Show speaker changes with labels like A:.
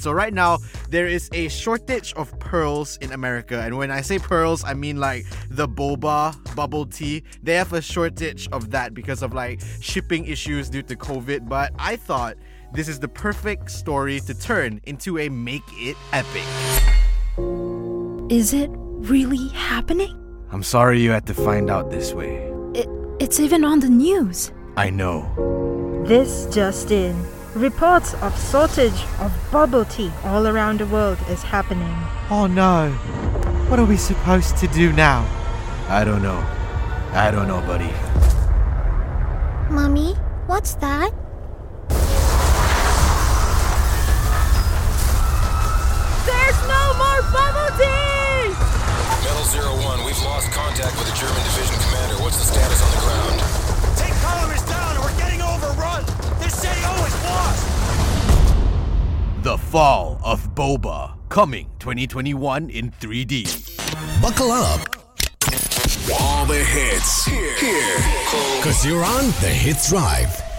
A: So right now there is a shortage of pearls in America, and when I say pearls, I mean like the boba bubble tea. They have a shortage of that because of like shipping issues due to COVID. But I thought this is the perfect story to turn into a make it epic.
B: Is it really happening?
A: I'm sorry you had to find out this way.
B: It, it's even on the news.
A: I know.
C: This just in. Reports of shortage of bubble tea all around the world is happening.
D: Oh no. What are we supposed to do now?
A: I don't know. I don't know, buddy.
E: Mummy, what's that?
F: There's no more bubble tea!
G: Battle Zero One, we've lost contact with the German division commander. What's the status on the ground?
H: Take column is down and we're getting overrun. This CIO is lost.
A: The Fall of Boba, coming 2021 in 3D.
I: Buckle up. All the hits here. Because you're on the Hits Drive.